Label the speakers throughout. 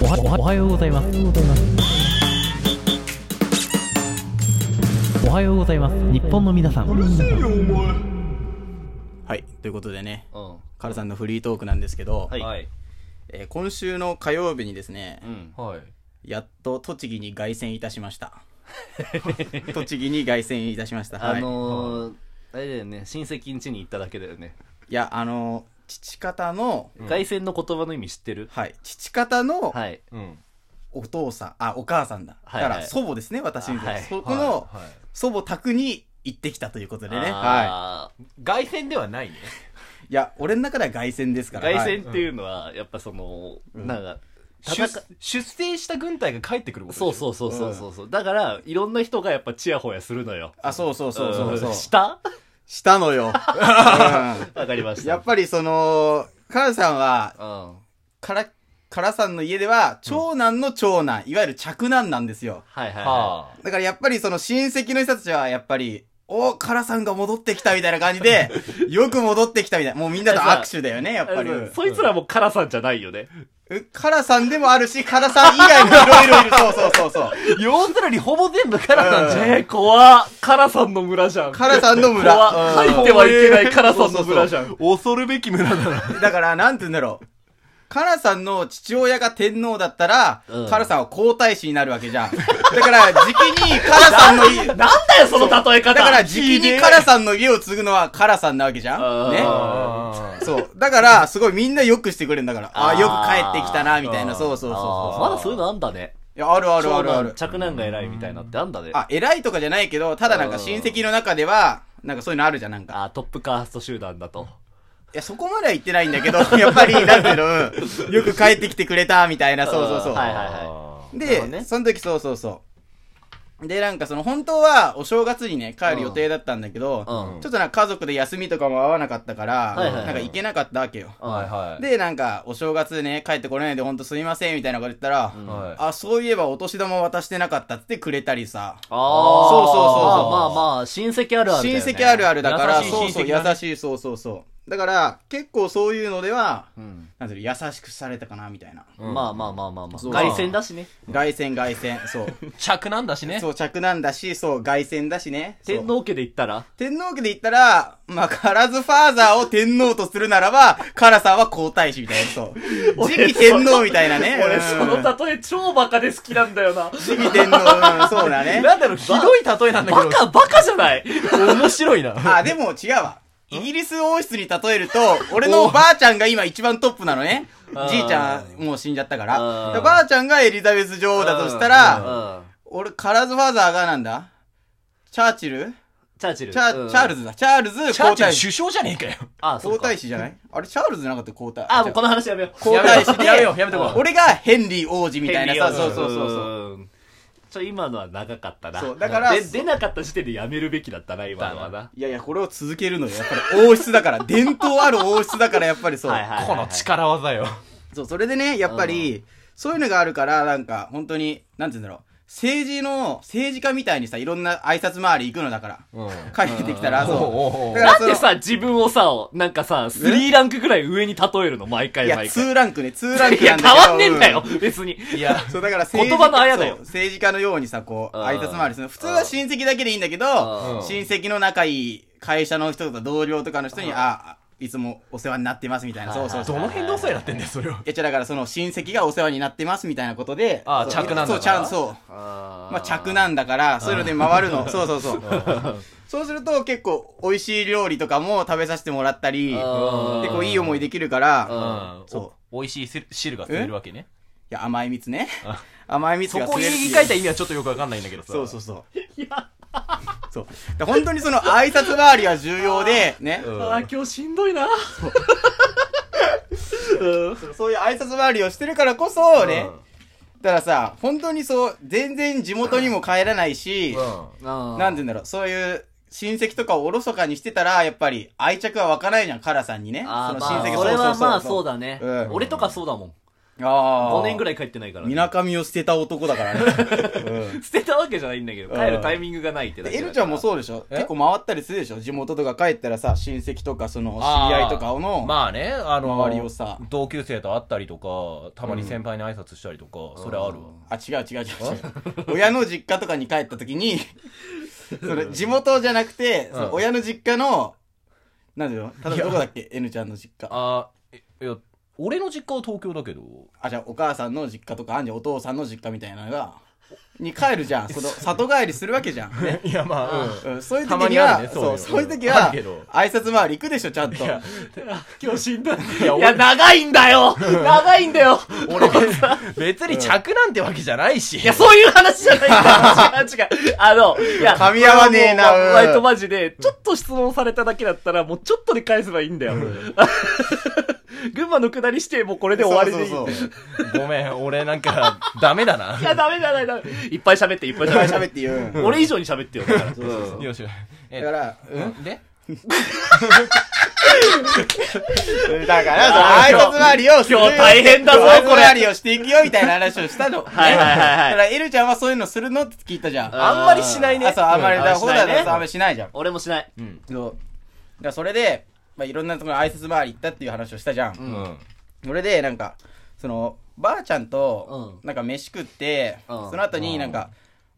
Speaker 1: はおはようございます。おはようございます。日本の皆さん。
Speaker 2: はい、ということでね、
Speaker 3: うん。
Speaker 2: カルさんのフリートークなんですけど、
Speaker 3: はい。
Speaker 4: はい。
Speaker 2: えー今週の火曜日にですね、
Speaker 3: うん。
Speaker 4: はい。
Speaker 2: やっと栃木に凱旋いたしま した。栃木に凱旋いたしました。はい
Speaker 3: あのー、あれだよね、親戚ん家に行っただけだよね。
Speaker 2: いや、あの、父方の、
Speaker 3: 凱旋の言葉の意味知ってる
Speaker 2: はい、父方の
Speaker 3: はい。
Speaker 4: うん。
Speaker 2: お父さん、あ、お母さんだ。
Speaker 3: はい
Speaker 2: だ
Speaker 3: はい
Speaker 2: から祖母ですね、私にとって。
Speaker 3: はい
Speaker 2: そこ
Speaker 4: はい
Speaker 2: の
Speaker 4: はい
Speaker 2: 祖母宅に行ってきたということでね。は
Speaker 3: あー
Speaker 4: 凱旋ではないね。
Speaker 2: い。いや、俺の中では凱旋ですから。
Speaker 3: 凱
Speaker 2: はい
Speaker 3: 旋っていうのは、やっぱその、なんか、戦
Speaker 4: 出出征した軍隊が帰ってくること
Speaker 3: そう
Speaker 4: う。
Speaker 3: そうそうそうそうそう。だから、いろんな人がやっぱチヤホヤするのよ。
Speaker 2: あ、そうそうそうそうそう。
Speaker 3: んした
Speaker 2: したの よ。うん
Speaker 3: わかりました。
Speaker 2: やっぱりその、母さんは、
Speaker 3: うん。
Speaker 2: から、からさんの家では、長男の長男、いわゆる着男なんですよ。
Speaker 3: はいはいは
Speaker 4: は
Speaker 2: だからやっぱりその親戚の人たちは、やっぱり、おからさんが戻ってきたみたいな感じ で、よく戻ってきたみたいな。もうみんなと握手だよね、やっ
Speaker 3: い。
Speaker 2: ぱり。
Speaker 3: あのそいつらもカラさんじゃないよね。
Speaker 2: カラさんでもあるし、カラさん以外もいろい ろいる。そうそうそうそう。
Speaker 4: 要するにほぼ全部からなんじゃん。
Speaker 3: えー、怖っカラさんの村じゃん。
Speaker 2: カラさんの村。
Speaker 3: 怖っ
Speaker 2: うん
Speaker 3: 入ってはいけないカラさんの村じゃん。
Speaker 4: 恐るべき村だな。
Speaker 2: だから、なんて言うんだろう。カラさんの父親が天皇だったら、
Speaker 3: うん
Speaker 2: カラさんは皇太子になるわけじゃん。だから、直にカラさんの家、だ
Speaker 3: なんだよ、その例え方
Speaker 2: から、直にカラさんの家を継ぐのはカラさんなわけじゃん。ね。
Speaker 4: あ
Speaker 2: そう。だから、すごいみんなよくしてくれるんだから。ああ、よく帰ってきたな、みたいな。
Speaker 4: うん
Speaker 2: そうそうそう
Speaker 3: あー
Speaker 2: そう。
Speaker 3: まだそういうのあんだね。
Speaker 2: いや、あるあるあるあ
Speaker 3: 長
Speaker 2: る。
Speaker 3: 男着男が偉いみたいなってあんだね。
Speaker 2: あ、偉いとかじゃないけど、ただなんか親戚の中では、なんかそういうのあるじゃん、なんか。
Speaker 3: あー、トップカースト集団だと。
Speaker 2: いや、そこまでは言ってないんだけど、やっぱり、なんていうの、うんよく帰ってきてくれた、みたいな、そうそうそう。
Speaker 3: うんはいはい
Speaker 4: あー。
Speaker 3: なる
Speaker 2: で、
Speaker 3: ほどね
Speaker 2: その時そうそうそう。で、なんかその本当はお正月にね、帰る予定だったんだけど、
Speaker 3: うん
Speaker 2: ちょっとなんか家族で休みとかも合わなかったから、
Speaker 3: はいはいはい
Speaker 2: なんか行けなかったわけよ。
Speaker 4: はいはい。
Speaker 2: で、なんかお正月ね、帰ってこれないで本当すみませんみたいなこと言ったら、
Speaker 3: ん
Speaker 4: はい、
Speaker 2: あ、そういえばお年玉渡してなかったってくれたりさ。
Speaker 3: あ
Speaker 4: ー
Speaker 2: そうそうそうそう
Speaker 3: まあまあまあ、親戚あるあるだ
Speaker 2: 親
Speaker 3: よね。
Speaker 2: 戚あるあるだから、
Speaker 4: 優しい
Speaker 2: そうそう、
Speaker 4: 親戚がね
Speaker 2: 優しい、そうそうそう。だから、結構そういうのでは、
Speaker 3: うん。
Speaker 2: なんていうの優しくされたかな、みたいな。
Speaker 4: うん
Speaker 3: まあまあまあまあま
Speaker 2: そ
Speaker 3: あ。
Speaker 2: う
Speaker 3: 外旋だしね。
Speaker 2: 凱旋、凱旋、 そう。
Speaker 4: 着なんだしね。
Speaker 2: そう、着なんだし、そう、凱旋だしね。そう
Speaker 3: 天皇家で言ったら
Speaker 2: 天皇家で言ったら、まあ、カラズファーザーを天皇とするならば、カラさんは皇太子みたいな、そう。次期天皇みたいなね。
Speaker 3: 俺、
Speaker 2: うん
Speaker 3: その例え超バカで好きなんだよな。
Speaker 2: 次期天皇、うん、そうだ ね。
Speaker 4: なんだろう、ひどい例えなんだ
Speaker 3: バ
Speaker 4: け
Speaker 3: カ、バカじゃない
Speaker 4: ど。面白いな。
Speaker 2: あ、でも違うわ。イギリス王室に例えると、俺のばあちゃんが今一番トップなのね。
Speaker 3: うん
Speaker 2: じいちゃんもう死んじゃったから。
Speaker 3: うん
Speaker 2: でばあちゃんがエリザベス女王だとした
Speaker 3: う
Speaker 2: ら、
Speaker 3: ん。
Speaker 2: 俺、カラズファーザーがなんだチャーチル
Speaker 3: チャーチル。
Speaker 2: チャ
Speaker 3: うん
Speaker 2: ーチャールズだ。チャールズ
Speaker 4: チャー
Speaker 2: 皇
Speaker 4: チル
Speaker 2: 太子。
Speaker 4: 首相じゃねえかよ。
Speaker 3: あ、そ
Speaker 2: 皇
Speaker 3: うか
Speaker 2: 太。子じゃないあれ、チャールズじゃなかった皇太子。
Speaker 3: あ、もうこの話やめよう。
Speaker 2: 皇太子で、
Speaker 4: やめようやめとこう
Speaker 2: 俺がヘンリー王子みたいなさ、
Speaker 3: ヘ
Speaker 2: そ
Speaker 3: ン
Speaker 2: う
Speaker 3: リー
Speaker 2: そうそ
Speaker 3: 王子
Speaker 2: うそう。
Speaker 3: んちょ、今のは長かったな。
Speaker 2: そうだから
Speaker 3: で出なかった時点でやめるべきだったな、今のはな。
Speaker 2: いやいや、これを続けるのよ。やっぱり王室だから、 伝統ある王室だから、やっぱりそう。
Speaker 3: はいはいはい
Speaker 4: この力技よ。
Speaker 2: そう、それでね、やっぱり、そういうのがあるから、なんか、本当に、なんて言うんだろう。政治の、政治家みたいにさ、いろんな挨拶回り行くのだから。
Speaker 4: うん。
Speaker 2: 帰ってきたら、
Speaker 4: おうおう
Speaker 2: そ
Speaker 4: お
Speaker 2: う。
Speaker 4: う
Speaker 2: だから
Speaker 3: なん
Speaker 2: その
Speaker 3: で、さ、自分をさ、なんかさ、3ランクぐらい上に例えるの、毎
Speaker 2: い
Speaker 3: 回
Speaker 2: や、
Speaker 3: 毎回。
Speaker 2: 2ランクね、2ランク
Speaker 3: い
Speaker 2: な
Speaker 3: や、
Speaker 2: んだけ
Speaker 3: 変
Speaker 2: ど。
Speaker 3: わんねえんだよ、別に。
Speaker 4: いや
Speaker 2: う。ん。そう、だから
Speaker 3: 言葉のあやだよ
Speaker 2: そう政治家のようにさ、こう、
Speaker 3: うん
Speaker 2: 挨拶回りするの。普通は親戚だけでいいんだけど、
Speaker 3: うん
Speaker 2: 親戚の仲いい会社の人とか同僚とかの人に、あ、いつもお世話になってますみたいな。そうそうそう。
Speaker 4: どの辺でお世話になってんだよ、それは。
Speaker 2: いや、じゃあだからその親戚がお世話になってますみたいなことで。
Speaker 4: あー
Speaker 2: そう
Speaker 4: 嫡男だから
Speaker 2: そう、ちゃん、そう。ま
Speaker 3: ま
Speaker 2: あ、着なんだから、そういうので回る の。そうそうそう。そうすると結構美味しい料理とかも食べさせてもらったり、結構いい思いできるから、い
Speaker 4: うん。
Speaker 2: そ
Speaker 4: お。美味しい汁汁が吸えるわけね。
Speaker 2: や、甘い蜜ね。甘い蜜
Speaker 4: そ
Speaker 2: が
Speaker 4: こ
Speaker 2: 吸
Speaker 4: に
Speaker 2: える
Speaker 4: 言い換え
Speaker 2: た
Speaker 4: た意味はちょっとよくわかんないんだけどさ。
Speaker 2: そうそうそう。そう。だから本当にその挨拶回りは重要で、ね。
Speaker 4: うん。
Speaker 3: あー、今日しんどいな。
Speaker 2: そういう挨拶回りをしてるからこそ、
Speaker 4: う
Speaker 2: ね
Speaker 4: ん。。
Speaker 2: だからさ、本当にそう、全然地元にも帰らないし、な
Speaker 3: なん
Speaker 2: て言うんだろう、そういう親戚とかをおろそかにしてたら、やっぱり愛着は湧かないじゃん、カラさんにね。
Speaker 3: あー
Speaker 2: その
Speaker 3: まあ
Speaker 2: 親戚
Speaker 3: それはまあ
Speaker 2: そ
Speaker 3: そう
Speaker 2: うそう
Speaker 3: だね
Speaker 2: うん。
Speaker 3: 俺とかそうだもん。
Speaker 2: ああ。
Speaker 3: 5年ぐら
Speaker 2: い。
Speaker 3: い帰ってないから、
Speaker 2: みなかみを捨てた男だから ね。
Speaker 3: 捨てたわけじゃないんだけど、帰るタイミングがないって
Speaker 2: うん。
Speaker 3: だ
Speaker 2: でエ
Speaker 3: けだ
Speaker 2: ル
Speaker 3: から
Speaker 2: ちゃんもそうでしょ
Speaker 4: え
Speaker 2: 結構回ったりするでしょ地元とか帰ったらさ、親戚とか、その、知り合いとかの、
Speaker 4: まあね、あの、
Speaker 2: 周りをさ
Speaker 4: 同級生と会ったりとか、たまに先輩に挨拶したりとか、それあるわ。
Speaker 2: あ、違う違う違う違う。 親の実家とかに帰った時 に、その地元じゃなくて、その親の実家の、なんていうのただどこだっけ ?N ちゃんの実家。
Speaker 4: あーえいや、俺の実家は東京だけど、
Speaker 2: あ、じゃあお母さんの実家とか、あんじゃんお父さんの実家みたいなのが、に帰るじゃん。その、里帰りするわけじゃん。
Speaker 4: いや、まあ、
Speaker 2: うんそういう時
Speaker 4: たま
Speaker 2: に
Speaker 4: に
Speaker 2: は、
Speaker 4: あるね
Speaker 2: そう、
Speaker 4: そう
Speaker 2: そう
Speaker 4: い
Speaker 2: いう
Speaker 4: の
Speaker 2: う時は、
Speaker 4: あるけど
Speaker 2: 挨拶回り行くでしょ、ちゃんと。
Speaker 3: 今日死んだ。い
Speaker 4: や
Speaker 3: や、
Speaker 4: 俺
Speaker 3: 長いんだよ長いんだよ俺さ、
Speaker 4: 別に着なんてわけじゃないし。
Speaker 3: いや、そういう話じゃないん だよ。違う違う。あの、いや、
Speaker 2: 噛み合わねえな
Speaker 3: これはもう
Speaker 2: うん
Speaker 3: お前とマジで、ちょっと質問されただけだったら、もうちょっとで返せばいいんだよ。 群馬の下りして、もうこれで終わりでいい。
Speaker 2: そうそうそう
Speaker 4: ごめん、俺な んか、ダメだな。
Speaker 3: いや、ダメじゃない、ダメ。いっぱい喋って、いっぱい
Speaker 2: いっぱい
Speaker 3: 喋
Speaker 2: 喋っ
Speaker 3: って。
Speaker 2: て言う。
Speaker 3: 俺以上に喋っ てよ。だから
Speaker 4: よし。え
Speaker 2: だから、
Speaker 4: で
Speaker 2: うんだから、その挨拶回りをするよ
Speaker 3: 今日大変だぞ
Speaker 2: 挨拶
Speaker 3: これ
Speaker 2: 回りをしていくよ、みたいな話をしたの。
Speaker 3: はいはいはいは
Speaker 2: だ
Speaker 3: い
Speaker 2: から、エルちゃんはそういうのするのって聞いたじゃん。
Speaker 3: あ
Speaker 4: あんまりしないね。
Speaker 2: あ、そう、あんまり、だから、
Speaker 3: あし
Speaker 2: ほ
Speaker 3: ないね
Speaker 2: ら、あんまりしないじゃん。
Speaker 3: 俺もしない。
Speaker 2: そう。だから、それで、まあ、いろんなところに挨拶回り行ったっていう話をしたじゃ。
Speaker 4: うんん。
Speaker 2: それで、なんか、その、ばあちゃんと、
Speaker 3: う
Speaker 2: なんか飯食って、
Speaker 3: うん
Speaker 2: その後になんか、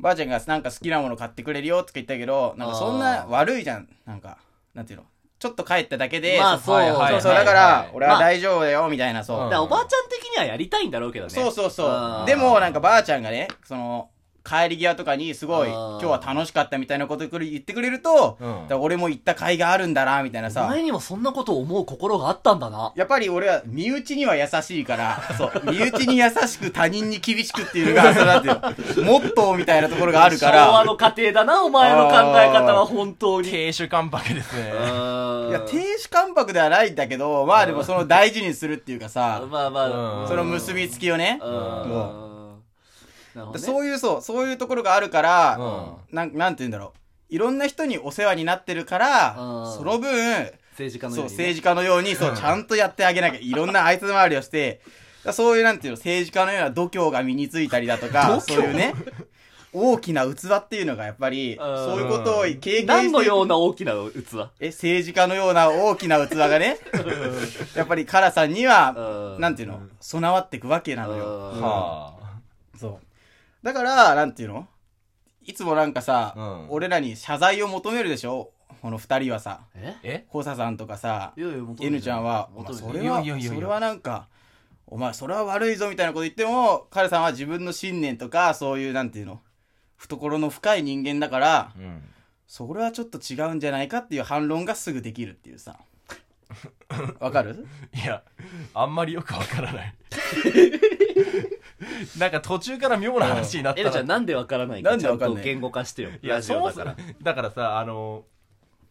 Speaker 2: ばあちゃんがなんか好きなもの買ってくれるよとか言ったけど、なんかそんな
Speaker 3: あー
Speaker 2: 悪いじゃん。なんか、なんていうのちょっと帰っただけで、
Speaker 3: まあ、
Speaker 2: そ
Speaker 3: そう。
Speaker 4: はいはい
Speaker 2: そうそう、
Speaker 4: は
Speaker 2: だ
Speaker 4: い
Speaker 2: から、俺は
Speaker 3: まあ
Speaker 2: 大丈夫だよ、みたいな、そう。
Speaker 4: う
Speaker 3: だ
Speaker 4: ん
Speaker 3: からおばあちゃん的にはやりたいんだろうけどね。
Speaker 2: そうそうそう。
Speaker 3: あー
Speaker 2: でも、なんかばあちゃんがね、その、帰り際とかにすごい、
Speaker 3: あー
Speaker 2: 今日は楽しかったみたいなことくる言ってくれると、
Speaker 4: うん
Speaker 2: だから俺も行った甲斐があるんだな、みたいな
Speaker 3: お
Speaker 2: さ
Speaker 3: 前。にもそんなことを思う心があったんだな。
Speaker 2: やっぱり俺は身内には優しいから、そう、身内に優しく他人に厳しくっていうのが、そう なんていうのモットーみたいなところがあるか
Speaker 3: 昭和
Speaker 2: ら、
Speaker 3: の家庭だな、お前の考え方は本当に。
Speaker 4: 亭主関白ですね。
Speaker 2: い
Speaker 3: い
Speaker 2: や、亭主関白ではないんだけど、まあでもその大事にするっていうかさ、
Speaker 3: まあまあ、
Speaker 4: うん
Speaker 2: その結びつきをね
Speaker 3: う、ん。なるほどね
Speaker 2: そういう、そう、そういうところがあるから、
Speaker 4: うん
Speaker 2: なん、なんて言うんだろう。いろんな人にお世話になってるから
Speaker 3: うん、
Speaker 2: その分、
Speaker 3: 政治家の
Speaker 2: そう、
Speaker 3: ようにね
Speaker 2: 政治家のように、そう、ちゃんとやってあげなきゃ、いろんな挨拶回りをして、だそういう、なんていうの、政治家のような度胸が身についたりだとか、そういうね、大きな器っていうのが、やっぱり、
Speaker 3: うん
Speaker 2: そういうことを経験して、
Speaker 3: 何のような大きな器
Speaker 2: え、政治家のような大きな器がね、やっぱり、カラさんには、
Speaker 3: うん
Speaker 2: なんていうの、備わっていくわけなのよ。
Speaker 3: うん
Speaker 4: は
Speaker 2: そう。だから、なんていうのいつもなんかさ、
Speaker 4: うん
Speaker 2: 俺らに謝罪を求めるでしょこの二人はさ、
Speaker 3: え
Speaker 4: あ。え
Speaker 2: ホサさんとかさ
Speaker 3: い、やいや、求めてない
Speaker 2: N ちゃんは、お前
Speaker 3: 求めて
Speaker 2: そ
Speaker 3: ない
Speaker 2: れはい
Speaker 4: やいやいやいや
Speaker 2: それはなんか、お前それは悪いぞみたいなこと言っても、彼さんは自分の信念とか、そういうなんていうの、懐の深い人間だから、
Speaker 4: うん。
Speaker 2: それはちょっと違うんじゃないかっていう反論がすぐできるっていうさ。わかる
Speaker 4: いや、あんまりよくわか らない。なんか途中から妙な話になった
Speaker 3: N ちゃん、なんでわからない
Speaker 2: な
Speaker 3: か、
Speaker 2: ん
Speaker 3: ち
Speaker 2: で
Speaker 3: ゃ
Speaker 2: わ
Speaker 3: ん
Speaker 2: かん
Speaker 3: と
Speaker 2: ない
Speaker 3: 言語化してよ。
Speaker 4: い
Speaker 3: ラ
Speaker 4: や、
Speaker 3: ジ
Speaker 4: そ
Speaker 3: オ
Speaker 4: も
Speaker 3: だ
Speaker 4: そ
Speaker 3: か
Speaker 4: も
Speaker 3: ら。、
Speaker 4: だからさ、あの、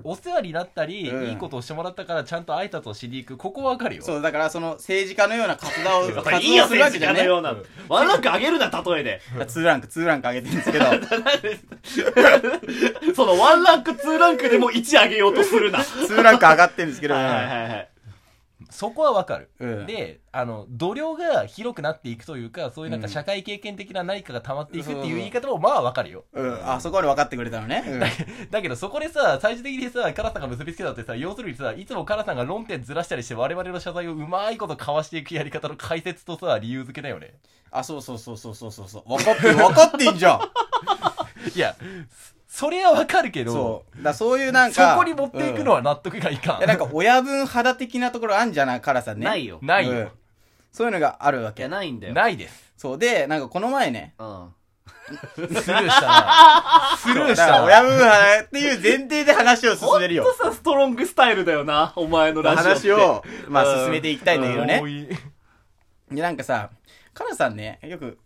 Speaker 4: お世話になったり、
Speaker 2: うん
Speaker 4: いいことをしてもらったから、ちゃんと挨拶をしに行く。ここはわかるよ。
Speaker 2: そう、だからその政治家のような活動を、活動
Speaker 3: いいよ、
Speaker 2: をするわけ
Speaker 3: 政治
Speaker 2: じゃ
Speaker 3: 家の
Speaker 2: ね。
Speaker 3: ような。ワンランク上げるな、例えで。
Speaker 2: 2ランク、2ランク上げてるんです けど。
Speaker 3: そのワンランク、ツーランクでも1上げようと するな。は
Speaker 2: 2ランク上がってるんですけ
Speaker 3: い
Speaker 2: ど、
Speaker 3: はいはいはい。
Speaker 4: そこはわかる、
Speaker 2: うん
Speaker 4: であの度量が広くなっていくというかそういうなんか社会経験的な何かが溜まっていくっていう言い方もまあわかるよ、
Speaker 2: うん、あそこまで分かってくれたのね。うん
Speaker 4: だけどそこでさ最終的にさカラさんが結びつけたってさ要するにさいつもカラさんが論点ずらしたりして我々の謝罪をうまいことかわしていくやり方の解説とさ理由付けだよね
Speaker 2: あ、そうそうそうそうそうそうそう。分かって、分かってんじゃん。
Speaker 4: いやそれはわかるけど
Speaker 2: そう。だからそういうなん
Speaker 4: そ
Speaker 2: か。
Speaker 4: こに持っていくの
Speaker 2: は、
Speaker 4: は納得がいかん、
Speaker 2: なんか親分肌的なところあんじゃない、カラさんね。
Speaker 3: ない。よ。
Speaker 4: ないよ、
Speaker 2: うんそういうのがあるわ
Speaker 3: い
Speaker 2: け
Speaker 3: や、。ないんだよ。
Speaker 4: ないです
Speaker 2: そう。で、なんかこの前ね。
Speaker 3: うん。
Speaker 4: スルーした なスルーし
Speaker 2: だから
Speaker 4: たな
Speaker 2: 親分肌っていう前提で話を進める
Speaker 3: ほ
Speaker 2: よ
Speaker 3: ん。とさ、ストロングスタイルだよな、お前のラジオって。
Speaker 2: 話を、ま
Speaker 3: う
Speaker 2: あ
Speaker 3: ん
Speaker 2: 進めていきたいんだけど
Speaker 4: 多
Speaker 2: ね。
Speaker 4: い
Speaker 2: で、なんかさ、カラさんね、よく、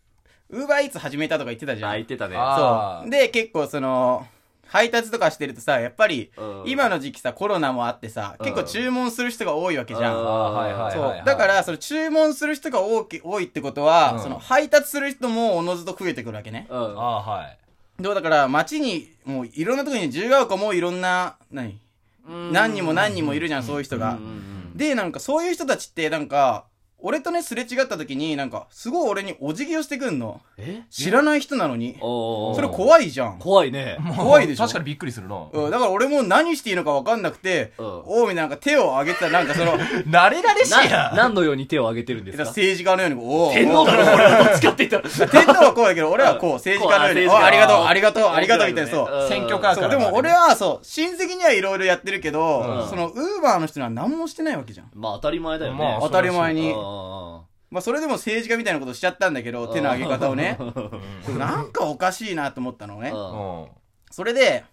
Speaker 2: ウーバーイーツ始めたとか言ってたじゃん
Speaker 3: あ、言。ってたね。
Speaker 4: あ
Speaker 2: そ
Speaker 4: あ
Speaker 2: う。で、結構その、配達とかしてるとさ、やっぱり
Speaker 3: うん、
Speaker 2: 今の時期さ、コロナもあってさ、
Speaker 3: うん
Speaker 2: 結構注文する人が多いわけじゃ
Speaker 3: うん
Speaker 2: ん。
Speaker 4: あーはいはいはい、
Speaker 2: そ。
Speaker 4: はいう
Speaker 2: だから、その注文する人が多き多いってことは、
Speaker 4: うん
Speaker 2: その配達する人もおのずと増えてくるわけね。
Speaker 3: うん。
Speaker 4: ああーはい
Speaker 2: どうだから、街に、もういろんなところに自由が丘もいろんな、何何人も何人もいるじゃん、そういう人が
Speaker 3: うんう。ん
Speaker 2: で、なんかそういう人たちって、なんか、俺とね、すれ違った時に、なんか、すごい俺にお辞儀をしてくんの。
Speaker 5: え
Speaker 2: 知らない人なのに。
Speaker 5: お
Speaker 2: それ怖いじゃん。
Speaker 5: 怖いね。
Speaker 2: 怖いでしょ
Speaker 4: 確かにびっくりするな。
Speaker 2: うん、だから俺も何していいのか分かんなくて、
Speaker 5: うん
Speaker 2: オウミなんか手を挙げてたら、なんかその、
Speaker 4: 慣れ慣れしい
Speaker 5: な、
Speaker 4: な。
Speaker 5: 何のように手を挙げてるんですか
Speaker 2: 政治家のようにこう、おう
Speaker 3: 天皇だろ、俺はどっちかって言ったら。
Speaker 2: 天皇はこうだけど、俺はこう、政治家のように、
Speaker 5: こう
Speaker 2: おうありがとう、
Speaker 5: あ
Speaker 2: ありがとう、ありがとう、みたいな、
Speaker 5: 面白いよ
Speaker 2: そ
Speaker 5: ね
Speaker 2: う。
Speaker 5: うん
Speaker 4: 選挙カー
Speaker 2: そ
Speaker 4: か
Speaker 2: う
Speaker 4: ら。
Speaker 2: でも俺は、そう、親戚にはいろいろやってるけど、
Speaker 5: うん
Speaker 2: その、ウーバーの人には何もしてないわけじゃん。
Speaker 5: まあ当たり前だよね。
Speaker 4: まあ
Speaker 2: 当たり前に。
Speaker 5: あ
Speaker 2: まあ、それでも政治家みたいなことしちゃったんだけど、
Speaker 5: ー
Speaker 2: 手の挙げ方をね
Speaker 5: う。ん
Speaker 2: なんかおかしいなと思ったのね。
Speaker 4: うん。
Speaker 2: それで、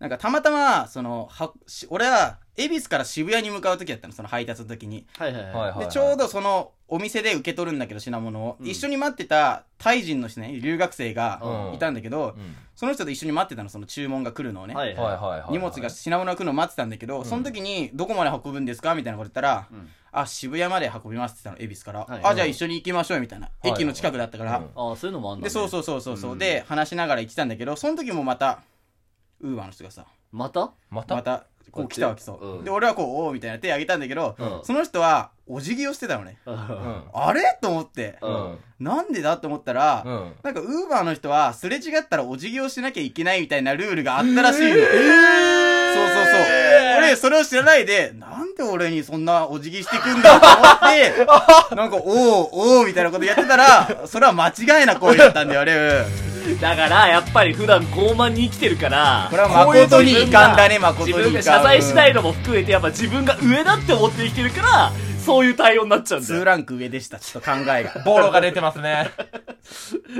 Speaker 2: なんかたまたま、その、は、し俺は、恵比寿から渋谷に向かう時だったの、その配達の時に。
Speaker 5: はいはい
Speaker 4: はい
Speaker 5: は
Speaker 4: はい。
Speaker 2: で、ちょうどその、お店で受け取るんだけど、品物を。
Speaker 5: うん
Speaker 2: 一緒に待ってた、タイ人の人ね、留学生が
Speaker 4: うん
Speaker 2: いたんだけど、
Speaker 4: うん。
Speaker 2: その人と一緒に待ってたの、その注文が来るのをね。
Speaker 5: い。はい
Speaker 4: はいはい
Speaker 5: は
Speaker 4: はいはい。
Speaker 2: 荷物が品物が来るのを待ってたんだけど、その時に、どこまで運ぶんですかみたいなこと言ったら、
Speaker 5: い。うん
Speaker 2: あ、渋谷まで運びますって言ったの、恵比寿から。
Speaker 5: はい
Speaker 2: あ、じゃあ一緒に行きましょう、みたいな。
Speaker 4: い
Speaker 2: 駅の近くだったから。
Speaker 4: うん
Speaker 5: ああ、そういうのもあんだ、ね。。
Speaker 2: で、そうそううそうそうそう、
Speaker 5: うん
Speaker 2: で、話しながら行ってたんだけど、その時もまた、ウーバーの人がさ、
Speaker 5: また
Speaker 2: ま
Speaker 4: また
Speaker 2: た、こう来たわけそう。
Speaker 5: うん
Speaker 2: で、俺はこう、おおみたいな手挙げたんだけど、
Speaker 5: うん
Speaker 2: その人は、お辞儀をしてたのね。
Speaker 5: うん。
Speaker 2: あれと思って、
Speaker 5: う
Speaker 4: うんん。
Speaker 2: なんでだと思ったら、
Speaker 4: うん。
Speaker 2: なんか、ウーバーの人は、すれ違ったらお辞儀をしなきゃいけないみたいなルールがあったらしいの。そうそうそう。俺、それを知らないで、なんで俺にそんなお辞儀してくんだと思って、なんか、おう、おう、みたいなことやってたら、それは間違いな行為だったんだよ、ね。
Speaker 5: だから、やっぱり普段傲慢に生きてるから、
Speaker 2: これは誠に遺憾だね、誠に
Speaker 5: 自
Speaker 2: 遺憾。
Speaker 5: 分が謝罪しないのも含めて、やっぱ自分が上だって思って生きてるから、そういう対応になっちゃうんだ
Speaker 2: 2
Speaker 5: よ。
Speaker 2: ランク上でした、ちょっと考えが。
Speaker 4: ボロが出てますね。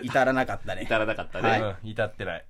Speaker 2: 至らなかったね。
Speaker 5: 至らなかったね。
Speaker 2: はい
Speaker 4: うん。至ってない。